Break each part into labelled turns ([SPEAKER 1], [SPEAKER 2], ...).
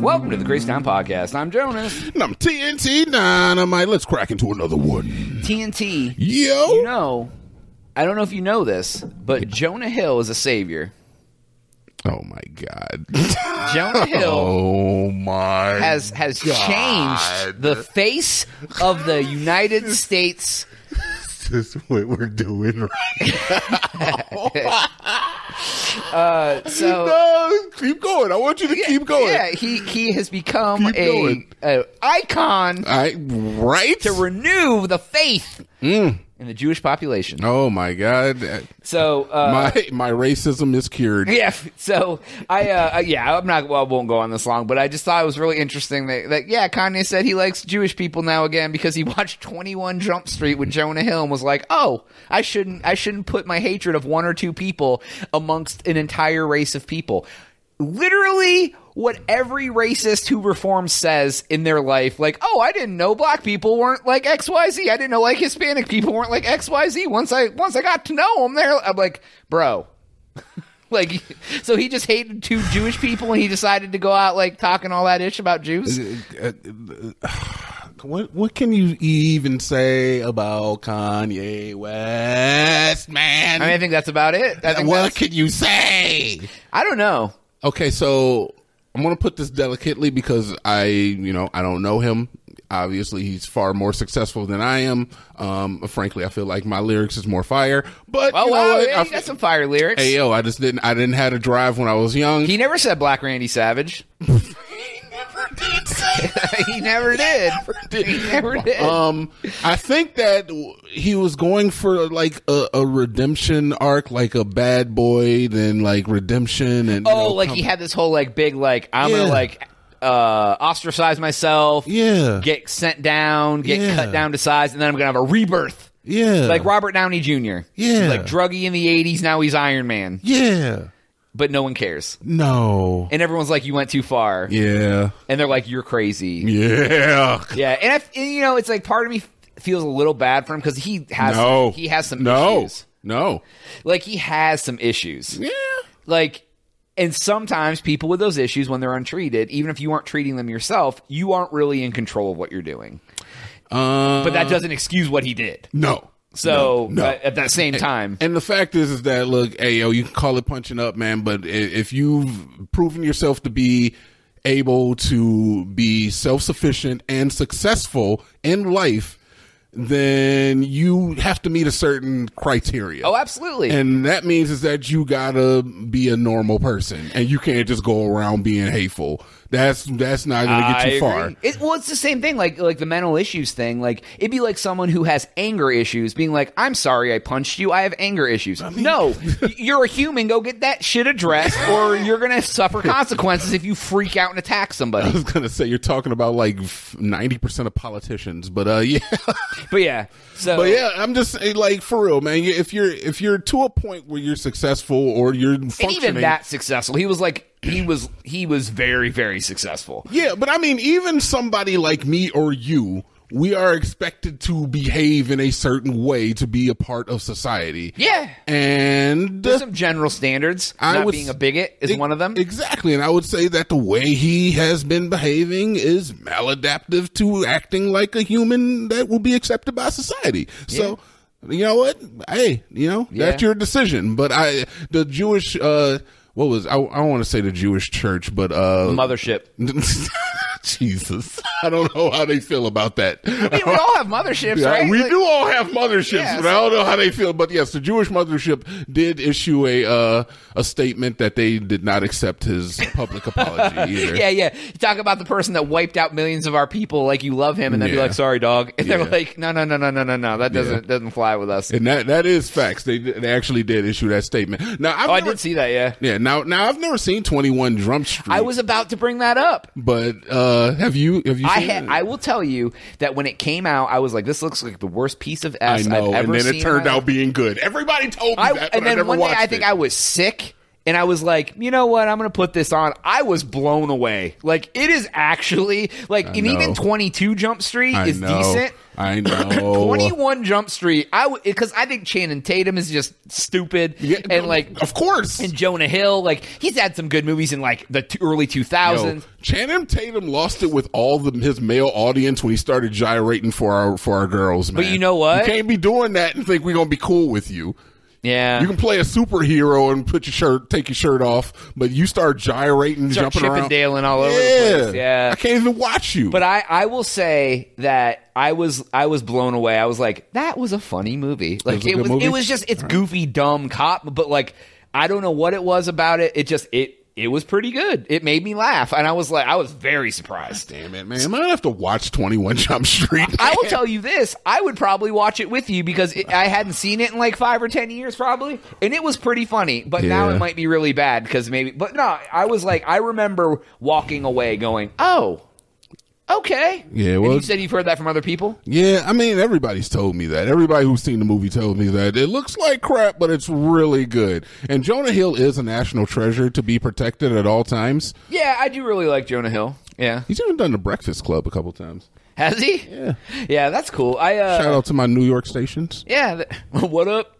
[SPEAKER 1] welcome to the Grace Town Podcast. I'm Jonas.
[SPEAKER 2] And I'm TNT Dynamite. Let's crack into another one.
[SPEAKER 1] TNT.
[SPEAKER 2] Yo.
[SPEAKER 1] You know, I don't know if you know this, but Jonah Hill is a savior.
[SPEAKER 2] oh my god.
[SPEAKER 1] Jonah Hill
[SPEAKER 2] oh my.
[SPEAKER 1] has has changed the face of the United States.
[SPEAKER 2] This is what we're doing right.
[SPEAKER 1] So
[SPEAKER 2] No, keep going. I want you to keep going.
[SPEAKER 1] yeah, he he has become
[SPEAKER 2] Keep
[SPEAKER 1] a,
[SPEAKER 2] going.
[SPEAKER 1] a icon
[SPEAKER 2] I right.
[SPEAKER 1] to renew the faith in the Jewish population.
[SPEAKER 2] oh my god.
[SPEAKER 1] So uh,
[SPEAKER 2] My my racism is cured.
[SPEAKER 1] Yeah. So I, uh, yeah, I'm not. Well, I won't go on this long, but I just thought it was really interesting that, that yeah, Kanye said he likes Jewish people now again because he watched 21 Jump Street with Jonah Hill and was like, oh, I shouldn't, I shouldn't put my hatred of one or two people amongst an entire race of people. Literally. What every racist who reforms says in their life, like, oh, I didn't know black people weren't like X Y Z. I didn't know like Hispanic people weren't like X Y Z. Once I once I got to know them, there, I'm like, bro, like, so he just hated two Jewish people, and he decided to go out like talking all that ish about Jews.
[SPEAKER 2] What what can you even say about Kanye West, man?
[SPEAKER 1] I mean, I think that's about it. I think
[SPEAKER 2] what
[SPEAKER 1] that's-
[SPEAKER 2] can you say?
[SPEAKER 1] I don't know.
[SPEAKER 2] Okay, so I'm going to put this delicately because I, you know, I don't know him. Obviously, he's far more successful than I am. Um, frankly, I feel like my lyrics is more fire. But
[SPEAKER 1] Oh
[SPEAKER 2] you know
[SPEAKER 1] wow,
[SPEAKER 2] what?
[SPEAKER 1] yeah,
[SPEAKER 2] I
[SPEAKER 1] you got
[SPEAKER 2] f-
[SPEAKER 1] some fire lyrics.
[SPEAKER 2] hey, yo, I just didn't. I didn't had a drive when I was young.
[SPEAKER 1] He never said Black Randy Savage.
[SPEAKER 2] never did say
[SPEAKER 1] he never did. He never did.
[SPEAKER 2] Um, I think that w- he was going for like a, a redemption arc, like a bad boy, then like redemption, and you
[SPEAKER 1] oh,
[SPEAKER 2] know,
[SPEAKER 1] like he had this whole like big like I'm
[SPEAKER 2] Yeah.
[SPEAKER 1] gonna like uh ostracize myself.
[SPEAKER 2] Yeah.
[SPEAKER 1] Get sent down. Get
[SPEAKER 2] Yeah.
[SPEAKER 1] cut down to size, and then I'm gonna have a rebirth.
[SPEAKER 2] yeah,
[SPEAKER 1] Like Robert Downey Jr.
[SPEAKER 2] Yeah.
[SPEAKER 1] Like druggy in the '80s. Now he's Iron Man,
[SPEAKER 2] yeah,
[SPEAKER 1] but no one cares.
[SPEAKER 2] no,
[SPEAKER 1] And everyone's like, "You went too far."
[SPEAKER 2] yeah,
[SPEAKER 1] and they're like, "You're crazy."
[SPEAKER 2] yeah.
[SPEAKER 1] Yeah, and, I, and you know, it's like part of me f- feels a little bad for him because he has
[SPEAKER 2] No,
[SPEAKER 1] he has some
[SPEAKER 2] no,
[SPEAKER 1] issues.
[SPEAKER 2] no,
[SPEAKER 1] Like he has some issues.
[SPEAKER 2] yeah,
[SPEAKER 1] Like, and sometimes people with those issues, when they're untreated, even if you aren't treating them yourself, you aren't really in control of what you're doing.
[SPEAKER 2] uh,
[SPEAKER 1] But that doesn't excuse what he did.
[SPEAKER 2] no.
[SPEAKER 1] So
[SPEAKER 2] No, no.
[SPEAKER 1] uh, at that same time,
[SPEAKER 2] And the fact is, is that look, hey yo, you can call it punching up, man. But i- if you've proven yourself to be able to be self sufficient and successful in life, then you have to meet a certain criteria.
[SPEAKER 1] oh, absolutely.
[SPEAKER 2] And that means is that you gotta be a normal person, and you can't just go around being hateful. That's that's not gonna get you
[SPEAKER 1] I
[SPEAKER 2] far.
[SPEAKER 1] agree. It, well, it's the same thing, like like the mental issues thing. Like it'd be like someone who has anger issues, being like, "I'm sorry, I punched you. I have anger issues." no, y- you're a human. Go get that shit addressed, or you're gonna suffer consequences if you freak out and attack
[SPEAKER 2] I
[SPEAKER 1] somebody.
[SPEAKER 2] was gonna say you're talking about like ninety percent of politicians, but uh, yeah.
[SPEAKER 1] But yeah, so
[SPEAKER 2] But yeah, I'm just eh, like for real, man. You- If you're if you're to a point where you're successful or you're
[SPEAKER 1] and
[SPEAKER 2] functioning,
[SPEAKER 1] even that successful, he was like, he was he was very very successful.
[SPEAKER 2] yeah. But I mean, even somebody like me or you, we are expected to behave in a certain way to be a part of society.
[SPEAKER 1] Yeah.
[SPEAKER 2] and
[SPEAKER 1] There's some general standards.
[SPEAKER 2] I
[SPEAKER 1] Not
[SPEAKER 2] would-
[SPEAKER 1] being a bigot is
[SPEAKER 2] e-
[SPEAKER 1] one of them.
[SPEAKER 2] exactly. And I would say that the way he has been behaving is maladaptive to acting like a human that will be accepted by society. So. You know what? Hey, you know that's
[SPEAKER 1] Yeah.
[SPEAKER 2] your decision. But I, the Jewish, uh, what was I? I don't want to say the Jewish church, but uh,
[SPEAKER 1] Mothership.
[SPEAKER 2] Jesus, I don't know how they feel about that.
[SPEAKER 1] I mean, we all have motherships,
[SPEAKER 2] Yeah,
[SPEAKER 1] right?
[SPEAKER 2] We
[SPEAKER 1] Like-
[SPEAKER 2] do all have motherships,
[SPEAKER 1] Yeah,
[SPEAKER 2] but I don't know how they feel. But yes, the Jewish mothership did issue a uh, a statement that they did not accept his public apology either.
[SPEAKER 1] Yeah, yeah. You talk about the person that wiped out millions of our people. Like you love him, and then be
[SPEAKER 2] Yeah.
[SPEAKER 1] like, "Sorry, dog," and
[SPEAKER 2] Yeah.
[SPEAKER 1] they're like, "No, no, no, no, no, no, no. That doesn't doesn't fly with us."
[SPEAKER 2] And that that is facts. They they actually did issue that statement. Now I've
[SPEAKER 1] oh, I
[SPEAKER 2] never,
[SPEAKER 1] did see that. Yeah,
[SPEAKER 2] Yeah, now now I've never seen Twenty One Drum Street.
[SPEAKER 1] I was about to bring that up.
[SPEAKER 2] but uh, have you have you?
[SPEAKER 1] I
[SPEAKER 2] seen
[SPEAKER 1] ha-
[SPEAKER 2] it?
[SPEAKER 1] I will tell you that when it came out, I was like, "This looks like the worst piece of
[SPEAKER 2] I
[SPEAKER 1] S
[SPEAKER 2] know,
[SPEAKER 1] have ever
[SPEAKER 2] and then
[SPEAKER 1] seen."
[SPEAKER 2] it
[SPEAKER 1] in
[SPEAKER 2] turned
[SPEAKER 1] my life.
[SPEAKER 2] out being good. Everybody told me
[SPEAKER 1] I,
[SPEAKER 2] that, but
[SPEAKER 1] and
[SPEAKER 2] I
[SPEAKER 1] then
[SPEAKER 2] never
[SPEAKER 1] one day,
[SPEAKER 2] watched
[SPEAKER 1] I think
[SPEAKER 2] it.
[SPEAKER 1] I was sick. and I was like, you know what? I'm going to put this on. I was blown away. Like it is actually like, and
[SPEAKER 2] know.
[SPEAKER 1] even 22 Jump Street
[SPEAKER 2] I
[SPEAKER 1] is
[SPEAKER 2] know.
[SPEAKER 1] decent.
[SPEAKER 2] I know. Oh.
[SPEAKER 1] 21 Jump Street, I because I think Channing Tatum is just stupid
[SPEAKER 2] Yeah,
[SPEAKER 1] and like
[SPEAKER 2] of course.
[SPEAKER 1] and Jonah Hill, like he's had some good movies in like the t- early 2000s.
[SPEAKER 2] Yo, Channing Tatum lost it with all the, his male audience when he started gyrating for our for our girls. Man.
[SPEAKER 1] you know what?
[SPEAKER 2] You can't be doing that and think we're gonna be cool with you.
[SPEAKER 1] Yeah,
[SPEAKER 2] You can play a superhero and put your shirt, take your shirt off, but you start gyrating,
[SPEAKER 1] Start
[SPEAKER 2] jumping around,
[SPEAKER 1] Chippendale-ing all over the place. Yeah.
[SPEAKER 2] I can't even watch you.
[SPEAKER 1] But I, I will say that I was I was blown away. I was like, that was a funny movie. Like
[SPEAKER 2] was a
[SPEAKER 1] it
[SPEAKER 2] good
[SPEAKER 1] was
[SPEAKER 2] movie?
[SPEAKER 1] it was just it's goofy, dumb cop, but like I don't know what it was about it. It just it it was pretty good. It made me laugh. And I was like I was very surprised.
[SPEAKER 2] Damn it, man! I'm gonna have to watch Twenty One Jump Street.
[SPEAKER 1] I will tell you this: I would probably watch it with you because it, I hadn't seen it in like five or ten years, probably, and it was pretty funny. But now
[SPEAKER 2] Yeah.
[SPEAKER 1] it might be really bad because maybe. But no, I was like, I remember walking away going, "Oh, okay."
[SPEAKER 2] Yeah,
[SPEAKER 1] And
[SPEAKER 2] well-
[SPEAKER 1] you said you've heard that from other people.
[SPEAKER 2] Yeah, I mean, everybody's told me that. Everybody who's seen the movie told me that. It looks like crap, but it's really good. And Jonah Hill is a national treasure to be protected at all times.
[SPEAKER 1] Yeah, I do really like Jonah Hill. Yeah,
[SPEAKER 2] He's even done the Breakfast Club a couple times.
[SPEAKER 1] has he? Yeah, yeah, that's cool. I uh,
[SPEAKER 2] Shout out to my New York stations.
[SPEAKER 1] yeah. th- what up?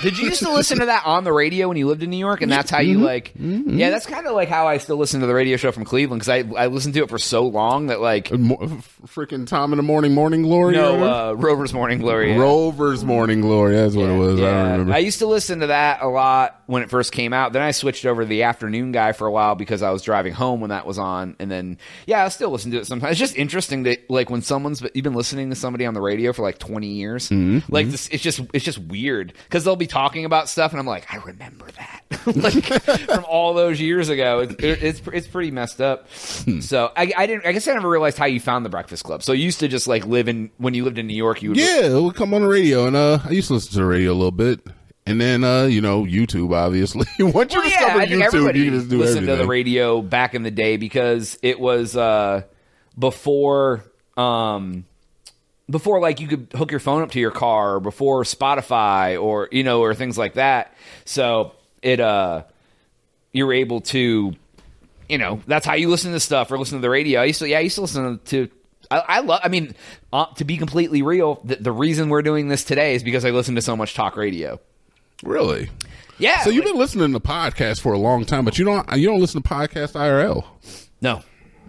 [SPEAKER 1] Did you used to listen to that on the radio when you lived in New York, and that's how you like? Yeah, that's kind of like how I still listen to the radio show from Cleveland because I I listened to it for so long that like
[SPEAKER 2] Mo- f- Freaking Tom in the Morning, Morning Glory. or
[SPEAKER 1] No,
[SPEAKER 2] whatever?
[SPEAKER 1] uh, Rover's Morning Glory. yeah.
[SPEAKER 2] Rover's Morning Glory. That's what it was. I
[SPEAKER 1] Yeah.
[SPEAKER 2] don't remember.
[SPEAKER 1] I used to listen to that a lot when it first came out. Then I switched over to the afternoon guy for a while because I was driving home when that was on. And then, yeah, I still listen to it sometimes. It's just interesting that, like, when someone's but you've been listening to somebody on the radio for like twenty years,
[SPEAKER 2] Mm-hmm,
[SPEAKER 1] like this, it's just it's just weird because they'll be talking about stuff, and I'm like, I remember that, like from all those years ago. It's it, it's it's pretty messed up.
[SPEAKER 2] Hmm.
[SPEAKER 1] So I, I didn't. I guess I never realized how you found the Breakfast Club. So you used to just like live in when you lived in New York, you would
[SPEAKER 2] yeah, it would come on the radio, and uh, I used to listen to the radio a little bit. And then, uh, you know, YouTube, obviously. Once you
[SPEAKER 1] Well,
[SPEAKER 2] discover
[SPEAKER 1] I think
[SPEAKER 2] YouTube,
[SPEAKER 1] everybody
[SPEAKER 2] you can just do
[SPEAKER 1] listened
[SPEAKER 2] everything.
[SPEAKER 1] to the radio back in the day because it was uh, before um, before like you could hook your phone up to your car or before Spotify or you know or things like that. So it uh, you're able to you know that's how you listen to stuff or listen to the radio. I used to yeah I used to listen to. I, I love. I mean, uh, to be completely real, the, the reason we're doing this today is because I listen to so much talk radio.
[SPEAKER 2] Really?
[SPEAKER 1] Yeah.
[SPEAKER 2] So you've
[SPEAKER 1] like-
[SPEAKER 2] been listening to podcasts for a long time, but you don't you don't listen to podcasts IRL.
[SPEAKER 1] no.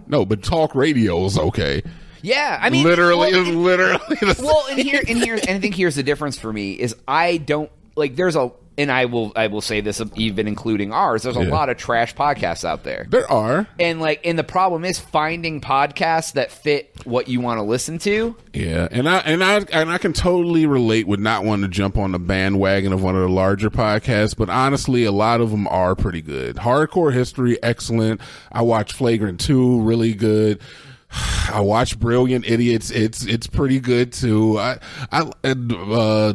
[SPEAKER 2] No, but talk radio is okay.
[SPEAKER 1] Yeah, I mean,
[SPEAKER 2] literally,
[SPEAKER 1] well,
[SPEAKER 2] it's literally. The
[SPEAKER 1] well and here and here and i think here's the difference for me is i don't like there's a and i will i will say this even including ours there's a
[SPEAKER 2] Yeah.
[SPEAKER 1] lot of trash podcasts out there
[SPEAKER 2] there are.
[SPEAKER 1] and like and the problem is finding podcasts that fit what you want to listen to
[SPEAKER 2] Yeah, and I and I and I can totally relate with not wanting to jump on the bandwagon of one of the larger podcasts, but honestly, a lot of them are pretty good. Hardcore History, excellent. I watch Flagrant Two, really good. I watch Brilliant Idiots. It's it's pretty good too. I I uh,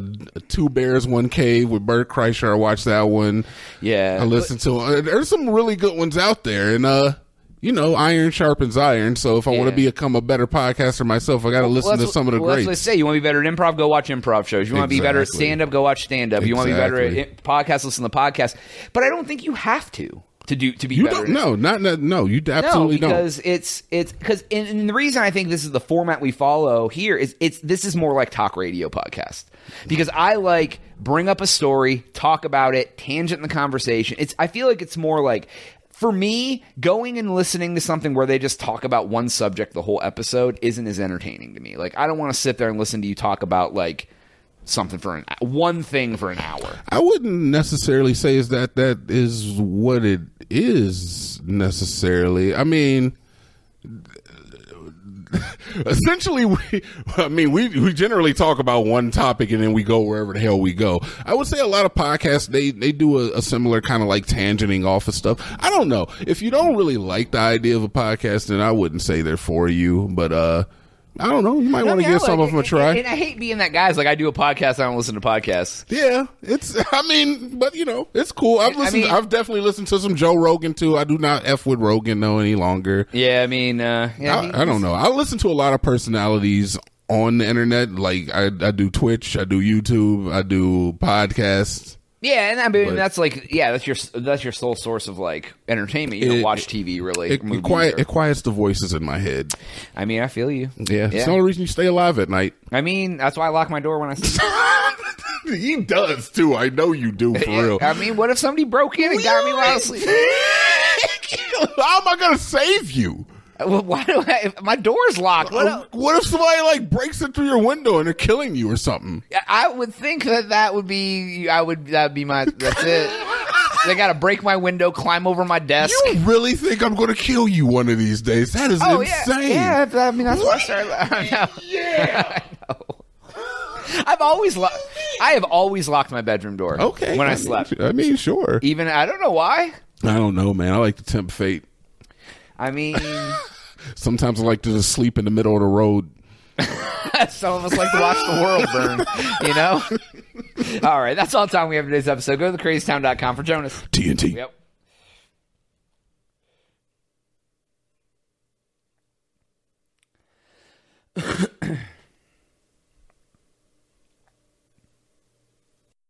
[SPEAKER 2] Two Bears One Cave with Bert Kreischer. I watched that one.
[SPEAKER 1] yeah
[SPEAKER 2] I listen to. Uh, there's some really good ones out there, and uh, you know, iron sharpens iron. So if I want
[SPEAKER 1] Yeah.
[SPEAKER 2] to become a better podcaster myself, I got to listen to
[SPEAKER 1] that's
[SPEAKER 2] some of the
[SPEAKER 1] what- well, that's what I
[SPEAKER 2] greats.
[SPEAKER 1] say you want to be better at improv, go watch improv shows. You want to be better at
[SPEAKER 2] Exactly.
[SPEAKER 1] stand up, go watch stand up. You want to be better at
[SPEAKER 2] Exactly.
[SPEAKER 1] in- podcast, listen to podcasts. But I don't think you have to to do to be
[SPEAKER 2] You
[SPEAKER 1] better.
[SPEAKER 2] don't
[SPEAKER 1] at it.
[SPEAKER 2] know, not, not no, you absolutely
[SPEAKER 1] no,
[SPEAKER 2] don't.
[SPEAKER 1] because it's it's because and, and the reason I think this is the format we follow here is it's this is more like talk radio podcast because I like bring up a story, talk about it, tangent the conversation. It's I feel like it's more like for me going and listening to something where they just talk about one subject the whole episode isn't as entertaining to me. Like I don't want to sit there and listen to you talk about like something for an one thing for an hour.
[SPEAKER 2] I wouldn't necessarily say is that that is what it is necessarily. I mean. Essentially, we, I mean, we, we generally talk about one topic and then we go wherever the hell we go. I would say a lot of podcasts, they, they do a, a similar kind of like tangenting off of stuff. I don't know. If you don't really like the idea of a podcast, then I wouldn't say they're for you, but, uh, I don't know. You might want to
[SPEAKER 1] I mean,
[SPEAKER 2] give
[SPEAKER 1] I
[SPEAKER 2] some
[SPEAKER 1] like-
[SPEAKER 2] of them a try.
[SPEAKER 1] And I hate being that guy. It's like I do a podcast, I don't listen to podcasts.
[SPEAKER 2] Yeah, it's. I mean, but you know, it's cool. I've
[SPEAKER 1] I
[SPEAKER 2] listened.
[SPEAKER 1] mean-
[SPEAKER 2] I've definitely listened to some Joe Rogan too. I do not f with Rogan no any longer.
[SPEAKER 1] Yeah, I mean, uh, yeah, he-
[SPEAKER 2] I, I don't know. I listen to a lot of personalities on the internet. Like I, I do Twitch. I do YouTube. I do podcasts.
[SPEAKER 1] Yeah, and I mean
[SPEAKER 2] But-
[SPEAKER 1] that's like yeah, that's your that's your sole source of like entertainment. You don't
[SPEAKER 2] It-
[SPEAKER 1] watch TV really.
[SPEAKER 2] It,
[SPEAKER 1] movies
[SPEAKER 2] it, quiet,
[SPEAKER 1] or-
[SPEAKER 2] it quiets the voices in my head.
[SPEAKER 1] I mean, I feel you.
[SPEAKER 2] Yeah. It's the only reason you stay alive at night.
[SPEAKER 1] I mean, that's why I lock my door when I see.
[SPEAKER 2] he does too. I know you do for real.
[SPEAKER 1] I mean, what if somebody broke in and got me while I was sleeping?
[SPEAKER 2] How am I gonna save you?
[SPEAKER 1] Well, Why do I? If my door's locked. What
[SPEAKER 2] Uh,
[SPEAKER 1] el-
[SPEAKER 2] What if somebody like breaks in through your window and they're killing you or something?
[SPEAKER 1] I would think that that would be. I would. That'd be my. That's it. they got to break my window, climb over my desk.
[SPEAKER 2] You really think I'm gonna kill you one of these days? That is
[SPEAKER 1] oh
[SPEAKER 2] insane.
[SPEAKER 1] yeah, yeah. I mean, that's why I started. I know. I've always locked. I have always locked my bedroom door.
[SPEAKER 2] Okay.
[SPEAKER 1] When I,
[SPEAKER 2] mean,
[SPEAKER 1] slept,
[SPEAKER 2] I mean, sure.
[SPEAKER 1] even I don't know why.
[SPEAKER 2] I don't know, man. I like to tempt fate.
[SPEAKER 1] I mean,
[SPEAKER 2] Sometimes I like to just sleep in the middle of the road.
[SPEAKER 1] some of us like to watch the world burn. You know. all right, that's all the time we have for today's episode. Go to thecrazytown.com for Jonas.
[SPEAKER 2] TNT.
[SPEAKER 1] Yep.